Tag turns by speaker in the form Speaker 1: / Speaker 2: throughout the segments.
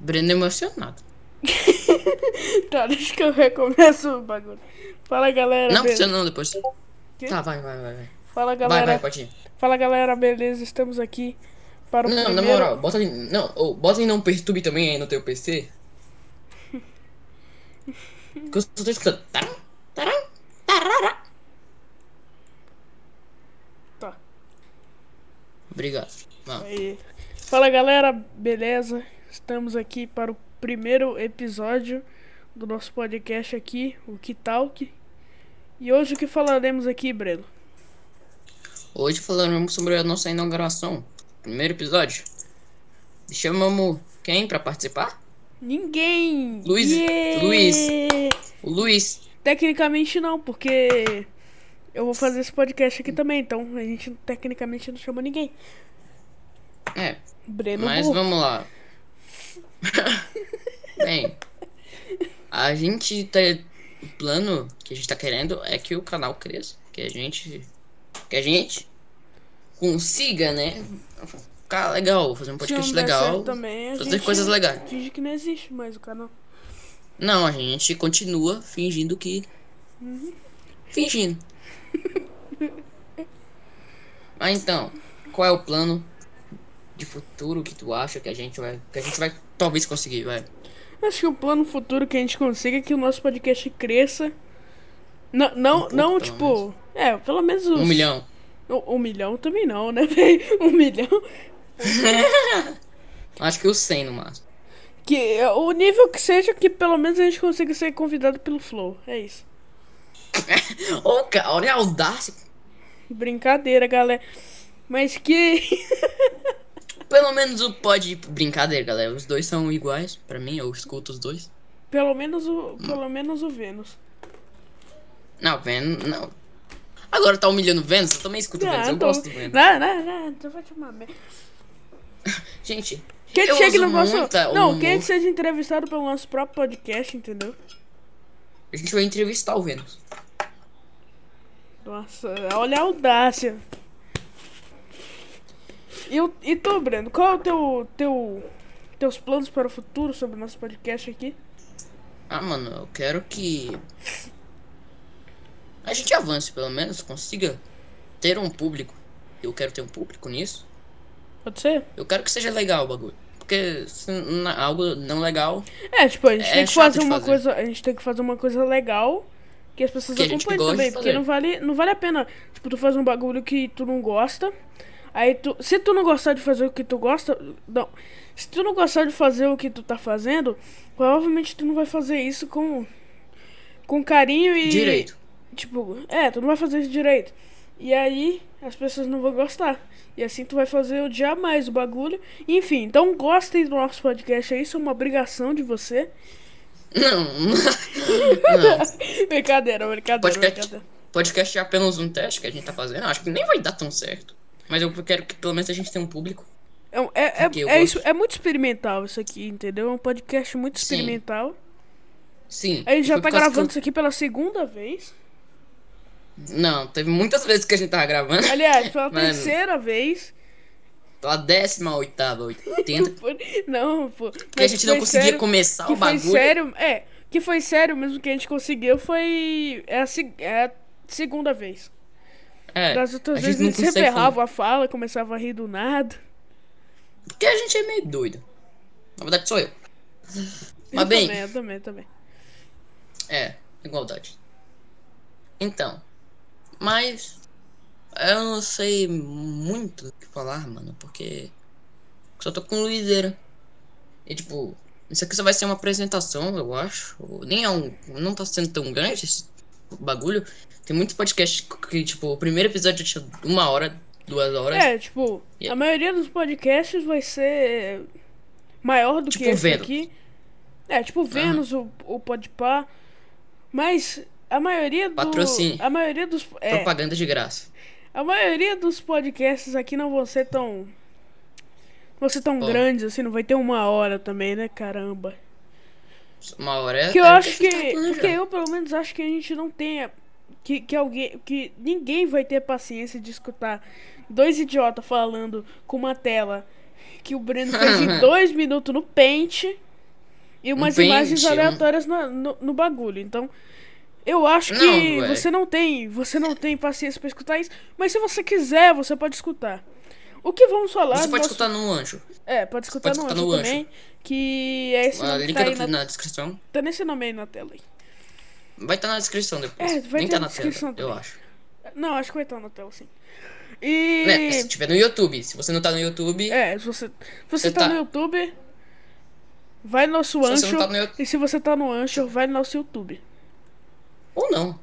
Speaker 1: Breno emocionado.
Speaker 2: Tá, deixa que eu recomeço o bagulho. Fala galera.
Speaker 1: Não,
Speaker 2: be-
Speaker 1: precisa não, depois.
Speaker 2: Quê?
Speaker 1: Tá, vai, vai, vai. vai.
Speaker 2: Fala
Speaker 1: Vai,
Speaker 2: galera.
Speaker 1: vai, pode ir.
Speaker 2: Fala galera, beleza? Estamos aqui para o
Speaker 1: Não,
Speaker 2: primeiro.
Speaker 1: na moral, bota ali. Não, ou bota em não perturbe também aí no teu PC. Que eu só tô escutando. Taram, taram, tarará.
Speaker 2: Tá.
Speaker 1: Obrigado. Vamos.
Speaker 2: Aí. Fala galera, beleza? Estamos aqui para o primeiro episódio do nosso podcast aqui, o Que Talk. E hoje o que falaremos aqui, Breno?
Speaker 1: Hoje falaremos sobre a nossa inauguração. Primeiro episódio. Chamamos quem pra participar?
Speaker 2: Ninguém!
Speaker 1: Luiz-
Speaker 2: Yeah!
Speaker 1: Luiz. O Luiz.
Speaker 2: Tecnicamente não, porque eu vou fazer esse podcast aqui também, então a gente tecnicamente não chama ninguém.
Speaker 1: É,
Speaker 2: Breno
Speaker 1: Mas
Speaker 2: burro.
Speaker 1: vamos lá. Bem, a gente tá. O plano que a gente tá querendo é que o canal cresça. Que a gente. Que a gente consiga, né? Ficar legal, fazer um
Speaker 2: Se não
Speaker 1: podcast
Speaker 2: der
Speaker 1: legal.
Speaker 2: certo também, a
Speaker 1: fazer
Speaker 2: gente
Speaker 1: coisas legais.
Speaker 2: Finge que não existe mais o canal.
Speaker 1: Não, a gente continua fingindo que. Fingindo. Mas então, qual é o plano de futuro que tu acha que a gente vai. Que a gente vai talvez conseguir, vai?
Speaker 2: Acho que o plano futuro que a gente consiga é que o nosso podcast cresça. Não, não,
Speaker 1: pouco,
Speaker 2: não
Speaker 1: pelo
Speaker 2: tipo. É, pelo menos uns-
Speaker 1: Um milhão.
Speaker 2: Um, um milhão também não, né, velho? Um milhão.
Speaker 1: Acho que o 100 no máximo.
Speaker 2: Que é o nível que seja, que pelo menos a gente consiga ser convidado pelo Flow. É isso.
Speaker 1: Ô, cara, olha a audácia.
Speaker 2: Brincadeira, galera. Mas que.
Speaker 1: Pelo menos o pode. Brincadeira, galera. Os dois são iguais. Pra mim, eu escuto os dois.
Speaker 2: pelo menos o. Pelo menos o Vênus.
Speaker 1: Não, Vênus, não. Agora tá humilhando o Vênus? Eu também escuto o Vênus. Eu
Speaker 2: Ah, tô-
Speaker 1: gosto do Vênus.
Speaker 2: Não, não, não. Então vai te uma merda.
Speaker 1: Gente,
Speaker 2: Quem
Speaker 1: eu
Speaker 2: chega
Speaker 1: uso
Speaker 2: no nosso.
Speaker 1: muita
Speaker 2: Não,
Speaker 1: humor.
Speaker 2: quem seja entrevistado pelo nosso próprio podcast, entendeu?
Speaker 1: a gente vai entrevistar o Vênus.
Speaker 2: Nossa, olha a audácia. E, o- e tu, Breno, qual é o teu, teu, teus planos para o futuro sobre o nosso podcast aqui?
Speaker 1: Ah, mano, eu quero que. A gente avance, pelo menos. Consiga ter um público. Eu quero ter um público nisso.
Speaker 2: Pode ser?
Speaker 1: Eu quero que seja legal o bagulho. Porque se n- algo não legal,
Speaker 2: É, tipo, a gente
Speaker 1: É
Speaker 2: tem que
Speaker 1: chato
Speaker 2: fazer
Speaker 1: de
Speaker 2: uma
Speaker 1: fazer.
Speaker 2: coisa. A gente tem que fazer uma coisa legal que as pessoas
Speaker 1: Que a gente
Speaker 2: acompanhem
Speaker 1: gosta de
Speaker 2: também. Porque
Speaker 1: fazer.
Speaker 2: não vale, não vale a pena, tipo, tu faz um bagulho que tu não gosta. Aí tu. Se tu não gostar de fazer o que tu gosta. Não. Se tu não gostar de fazer o que tu tá fazendo, provavelmente tu não vai fazer isso com. Com carinho e.
Speaker 1: direito.
Speaker 2: Tipo, é, tu não vai fazer isso direito. E aí as pessoas não vão gostar. E assim tu vai fazer odiar mais o bagulho. Enfim, então gostem do nosso podcast aí, isso é uma obrigação de você.
Speaker 1: Não, não.
Speaker 2: brincadeira, brincadeira,
Speaker 1: Podcast,
Speaker 2: brincadeira.
Speaker 1: podcast é apenas um teste que a gente tá fazendo. Acho que nem vai dar tão certo. Mas eu quero que pelo menos a gente tenha um público.
Speaker 2: É, um- é, é,
Speaker 1: Ok, eu
Speaker 2: é
Speaker 1: gosto.
Speaker 2: isso, é muito experimental isso aqui, entendeu? É um podcast muito
Speaker 1: Sim.
Speaker 2: experimental.
Speaker 1: Sim.
Speaker 2: A gente já
Speaker 1: foi
Speaker 2: tá
Speaker 1: por causa que
Speaker 2: gravando isso aqui pela segunda vez.
Speaker 1: eu- Não, teve muitas vezes que a gente tava gravando.
Speaker 2: Aliás, pela
Speaker 1: Mano.
Speaker 2: terceira vez.
Speaker 1: A décima, oitava, oitenta.
Speaker 2: Foi- Não, pô.
Speaker 1: Porque a gente não conseguia começar
Speaker 2: que
Speaker 1: o bagulho.
Speaker 2: foi sério, é, que foi sério mesmo que a gente conseguiu foi é a, seg- é a segunda vez.
Speaker 1: É,
Speaker 2: Das outras
Speaker 1: a gente
Speaker 2: vezes
Speaker 1: não
Speaker 2: a gente sempre
Speaker 1: consegue fazer.
Speaker 2: errava a fala, começava a rir do nada.
Speaker 1: Porque a gente é meio doido. Na verdade sou eu. Mas
Speaker 2: eu
Speaker 1: bem,
Speaker 2: também, eu também, eu também.
Speaker 1: é, igualdade. Então, mas eu não sei muito o que falar, mano, porque só tô com o Luizeira. E tipo, isso aqui só vai ser uma apresentação, eu acho. Ou Nem é um. Não tá sendo tão grande esse bagulho. Tem muitos podcasts que, tipo, o primeiro episódio tinha uma hora, duas horas.
Speaker 2: É, tipo, a
Speaker 1: Yeah.
Speaker 2: maioria dos podcasts vai ser maior do que
Speaker 1: Tipo
Speaker 2: esse
Speaker 1: Vênus.
Speaker 2: aqui. É, tipo Vênus, o, o Podpah. Mas a maioria do
Speaker 1: Patrocínio.
Speaker 2: a maioria dos é,
Speaker 1: Propaganda de graça.
Speaker 2: A maioria dos podcasts aqui não vão ser tão. Não vão ser tão
Speaker 1: Bom.
Speaker 2: grandes assim, não vai ter uma hora também, né? Caramba.
Speaker 1: Uma hora é.
Speaker 2: Que eu
Speaker 1: é
Speaker 2: acho que.
Speaker 1: tá planejado.
Speaker 2: Porque eu, pelo menos, acho que a gente não tenha. Que, que alguém. Que ninguém vai ter paciência de escutar dois idiotas falando com uma tela que o Breno fez em dois minutos no pente. e umas
Speaker 1: pente,
Speaker 2: imagens
Speaker 1: um-
Speaker 2: aleatórias na- no, no bagulho. Então, eu acho que
Speaker 1: Não, véi.
Speaker 2: você não tem, você não tem paciência pra escutar isso, mas se você quiser, você pode escutar. O que vamos falar?
Speaker 1: Você
Speaker 2: do
Speaker 1: pode
Speaker 2: nosso-
Speaker 1: escutar no anjo.
Speaker 2: É, pode escutar
Speaker 1: pode
Speaker 2: no
Speaker 1: escutar
Speaker 2: anjo
Speaker 1: no Anjo.
Speaker 2: também, que é esse
Speaker 1: O
Speaker 2: nome que
Speaker 1: link
Speaker 2: tá, aí
Speaker 1: tá
Speaker 2: na,
Speaker 1: na descrição.
Speaker 2: tá nesse nome aí na tela aí.
Speaker 1: Vai estar na descrição depois.
Speaker 2: É, vai
Speaker 1: Nem
Speaker 2: ter
Speaker 1: tá na
Speaker 2: na descrição
Speaker 1: tela, eu
Speaker 2: também.
Speaker 1: acho.
Speaker 2: Não, acho que vai estar na tela sim. E
Speaker 1: Né, se tiver no YouTube. Se você não tá no YouTube,
Speaker 2: É, se você, se você
Speaker 1: Você
Speaker 2: tá,
Speaker 1: tá-
Speaker 2: no YouTube, vai no nosso
Speaker 1: Se você
Speaker 2: Anchor.
Speaker 1: não tá no Yo-
Speaker 2: E se você tá no Anchor, vai no nosso YouTube.
Speaker 1: ou não.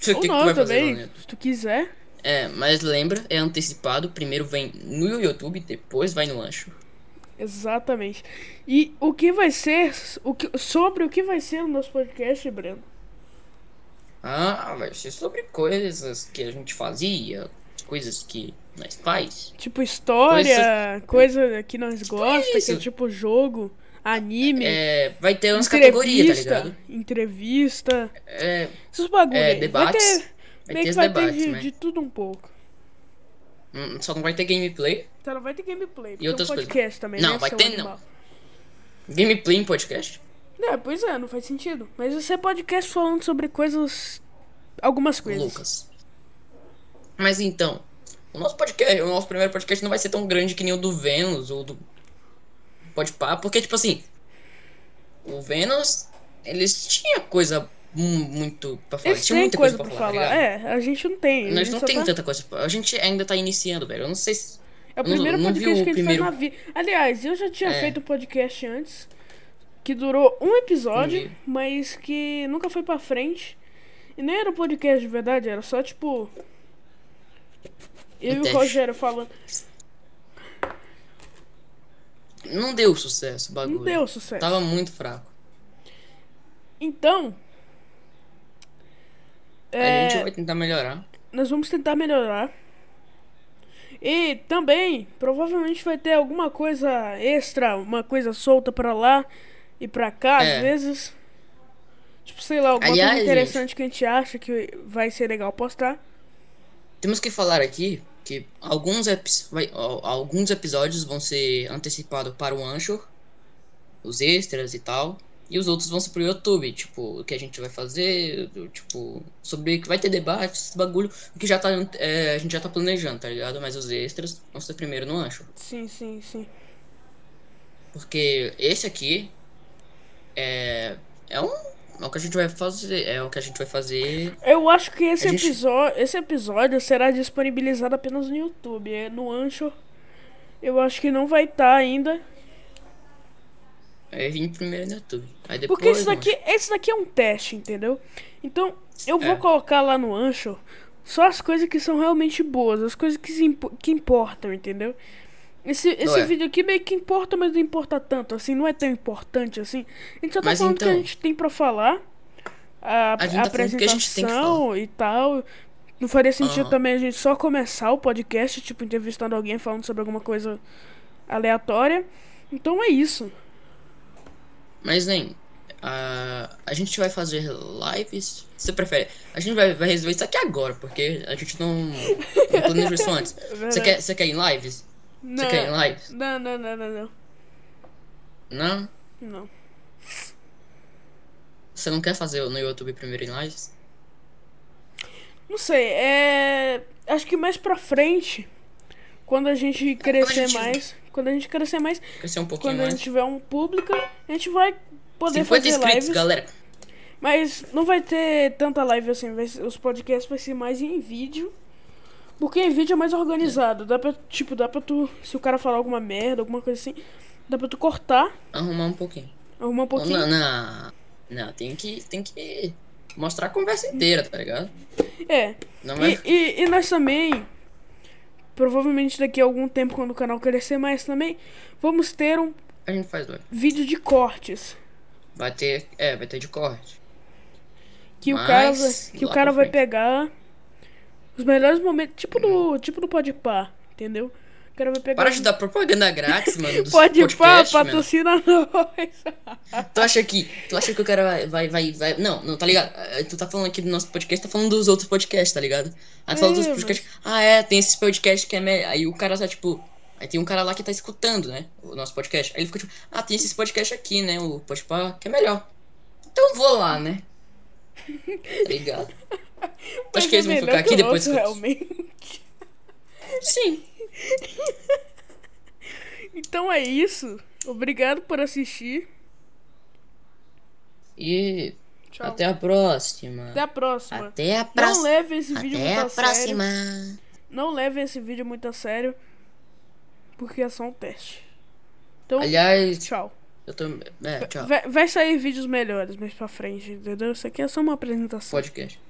Speaker 1: Você
Speaker 2: Ou
Speaker 1: que- que
Speaker 2: não
Speaker 1: vai fazer
Speaker 2: também,
Speaker 1: lá dentro?
Speaker 2: se tu quiser.
Speaker 1: É, mas lembra, é antecipado. Primeiro vem no YouTube, depois vai no anjo.
Speaker 2: Exatamente. E o que vai ser. O que, sobre o que vai ser o nosso podcast, Breno?
Speaker 1: Ah, vai ser sobre coisas que a gente fazia, coisas que nós faz.
Speaker 2: Tipo, história, coisa que nós gostamos, que é
Speaker 1: isso.
Speaker 2: tipo jogo, anime,
Speaker 1: É, vai ter umas categorias, tá
Speaker 2: entrevista,
Speaker 1: ligado?
Speaker 2: entrevista,
Speaker 1: É,
Speaker 2: esses bagulho
Speaker 1: é
Speaker 2: aí.
Speaker 1: debates.
Speaker 2: Vai ter,
Speaker 1: Vai
Speaker 2: meio
Speaker 1: ter
Speaker 2: que
Speaker 1: os
Speaker 2: vai ter
Speaker 1: debates,
Speaker 2: de,
Speaker 1: né?
Speaker 2: de tudo um pouco.
Speaker 1: Hum, Só não vai ter gameplay.
Speaker 2: Então não vai ter gameplay, porque
Speaker 1: outras
Speaker 2: é um
Speaker 1: coisas.
Speaker 2: podcast também,
Speaker 1: Não,
Speaker 2: né,
Speaker 1: vai
Speaker 2: seu
Speaker 1: ter não.
Speaker 2: animal.
Speaker 1: Gameplay em podcast?
Speaker 2: É, pois é, não faz sentido. Mas você é podcast falando sobre coisas. Algumas coisas.
Speaker 1: Lucas. Mas então, o nosso podcast, o nosso primeiro podcast não vai ser tão grande que nem o do Vênus ou do Pode Pá, porque tipo assim, o Vênus, eles tinha coisa mu- muito pra falar,
Speaker 2: Eles
Speaker 1: tinha
Speaker 2: têm
Speaker 1: muita
Speaker 2: coisa
Speaker 1: coisa,
Speaker 2: pra
Speaker 1: pra
Speaker 2: falar.
Speaker 1: ligado?
Speaker 2: É, a gente não tem. a
Speaker 1: Nós
Speaker 2: gente
Speaker 1: não
Speaker 2: só
Speaker 1: tem
Speaker 2: tá-
Speaker 1: tanta coisa. pra- A gente ainda tá iniciando, velho. Eu não sei se.
Speaker 2: É o
Speaker 1: eu não-
Speaker 2: primeiro
Speaker 1: eu não vi
Speaker 2: podcast
Speaker 1: o
Speaker 2: que a gente
Speaker 1: primeiro.
Speaker 2: faz na vida. Aliás, eu já tinha
Speaker 1: É.
Speaker 2: feito um podcast antes, que durou um episódio,
Speaker 1: Entendi.
Speaker 2: mas que nunca foi pra frente. E nem era um podcast de verdade, era só tipo. Eu e
Speaker 1: Um
Speaker 2: o
Speaker 1: teste.
Speaker 2: Rogério falando.
Speaker 1: Não deu sucesso o bagulho.
Speaker 2: Não deu sucesso.
Speaker 1: Tava muito fraco.
Speaker 2: Então. É.
Speaker 1: A gente vai tentar melhorar.
Speaker 2: nós vamos tentar melhorar. E também, provavelmente vai ter alguma coisa extra, uma coisa solta pra lá e pra cá,
Speaker 1: É.
Speaker 2: às vezes. Tipo, sei lá, alguma
Speaker 1: Aliás,
Speaker 2: coisa interessante que a gente acha que vai ser legal postar.
Speaker 1: Temos que falar aqui que alguns, epi- vai- al- alguns episódios vão ser antecipados para o Anchor, os extras e tal, e os outros vão ser pro YouTube, tipo, o que a gente vai fazer, do- tipo, sobre que vai ter debate, esse bagulho, o que já tá, ante- é, a gente já tá planejando, tá ligado? Mas os extras vão ser primeiro no Anchor,
Speaker 2: Sim, sim, sim.
Speaker 1: porque esse aqui é, é um... É o que a gente vai fazer, é o que a gente vai fazer
Speaker 2: Eu acho que esse,
Speaker 1: A gente-
Speaker 2: episódio, esse episódio será disponibilizado apenas no YouTube, é, no Anchor. Eu acho que não vai estar ainda.
Speaker 1: é vir primeiro no YouTube. Aí depois,
Speaker 2: Porque esse
Speaker 1: no
Speaker 2: daqui, esse daqui é um teste, entendeu? Então, eu vou
Speaker 1: É.
Speaker 2: colocar lá no Ancho só as coisas que são realmente boas, as coisas que, se impo- que importam, entendeu? Esse, esse
Speaker 1: é.
Speaker 2: vídeo aqui meio que importa, mas não importa tanto, assim, não é tão importante assim. A gente só tá
Speaker 1: Mas
Speaker 2: falando o que a
Speaker 1: então-
Speaker 2: gente tem pra falar. A,
Speaker 1: A gente
Speaker 2: a
Speaker 1: tá falando o que a gente tem que
Speaker 2: apresentação e tal. Não faria sentido
Speaker 1: Aham.
Speaker 2: também a gente só começar o podcast, tipo, entrevistando alguém, falando sobre alguma coisa aleatória. Então é isso.
Speaker 1: Mas nem. A, a gente vai fazer lives. Você prefere? A gente vai, vai resolver isso aqui agora, porque a gente não, não planejou isso antes. Você quer, você quer ir em lives? Você
Speaker 2: Não. é.
Speaker 1: quer um ir em lives?
Speaker 2: Não, não, não, não, não.
Speaker 1: Não?
Speaker 2: Não.
Speaker 1: Você não quer fazer no YouTube primeiro em lives?
Speaker 2: Não sei, é. Acho que mais pra frente, quando a gente crescer
Speaker 1: gente-
Speaker 2: mais. Quando a gente crescer mais,
Speaker 1: Crescer um pouquinho
Speaker 2: quando a
Speaker 1: mais.
Speaker 2: gente tiver um público, a gente vai poder
Speaker 1: 50
Speaker 2: fazer
Speaker 1: inscritos,
Speaker 2: lives.
Speaker 1: galera.
Speaker 2: Mas não vai ter tanta live assim, vai ser- os podcasts vai ser mais em vídeo. Porque em vídeo é mais organizado. Dá pra, tipo, dá pra tu. Se o cara falar alguma merda, alguma coisa assim, dá pra tu cortar,
Speaker 1: Arrumar um pouquinho.
Speaker 2: arrumar um pouquinho.
Speaker 1: Não, não. Não, tem que, tem que mostrar a conversa inteira, tá ligado?
Speaker 2: É.
Speaker 1: Não
Speaker 2: Hum. E,
Speaker 1: é.
Speaker 2: e- e nós também, provavelmente daqui a algum tempo, quando o canal crescer mais também, vamos ter um
Speaker 1: A gente faz live.
Speaker 2: vídeo de cortes.
Speaker 1: Vai ter. É, vai ter de corte.
Speaker 2: Que o
Speaker 1: Mas,
Speaker 2: cara, vai- que o
Speaker 1: lá
Speaker 2: cara
Speaker 1: pra
Speaker 2: vai
Speaker 1: frente.
Speaker 2: pegar os melhores momentos, tipo do, tipo do Podpah, entendeu? O cara vai pegar...
Speaker 1: Para de dar propaganda grátis, mano. dos
Speaker 2: Pode pá,
Speaker 1: podcasts, mano.
Speaker 2: patrocina nós.
Speaker 1: Tu acha que, tu acha que o cara vai, vai, vai, vai- Não, não, tá ligado? Eh, Tu tá falando aqui do nosso podcast, tá falando dos outros podcasts, tá ligado? Aí tu fala dos
Speaker 2: É,
Speaker 1: outros podcasts. Ah, é, tem esses podcasts que é melhor. Aí o cara tá tipo. Aí tem um cara lá que tá escutando, né? O nosso podcast. Aí ele fica tipo, ah, tem esse podcast aqui, né? O Podpah, que é melhor. Então eu vou lá, né? Tá ligado?
Speaker 2: Mas é
Speaker 1: Acho que eles vão ficar aqui depois
Speaker 2: nosso,
Speaker 1: que eu-
Speaker 2: realmente.
Speaker 1: Sim.
Speaker 2: Então é isso. Obrigado por assistir.
Speaker 1: E
Speaker 2: Tchau.
Speaker 1: até a próxima.
Speaker 2: Até a próxima.
Speaker 1: Até a
Speaker 2: Não
Speaker 1: próxima.
Speaker 2: leve esse vídeo
Speaker 1: Até
Speaker 2: muito
Speaker 1: a
Speaker 2: a sério.
Speaker 1: próxima.
Speaker 2: Não levem esse vídeo muito a sério, porque é só um teste. Então,
Speaker 1: Aliás,
Speaker 2: tchau.
Speaker 1: eu tô. É, tchau.
Speaker 2: Vai, vai sair vídeos melhores mais pra frente, entendeu? Isso aqui é só uma apresentação.
Speaker 1: Podcast.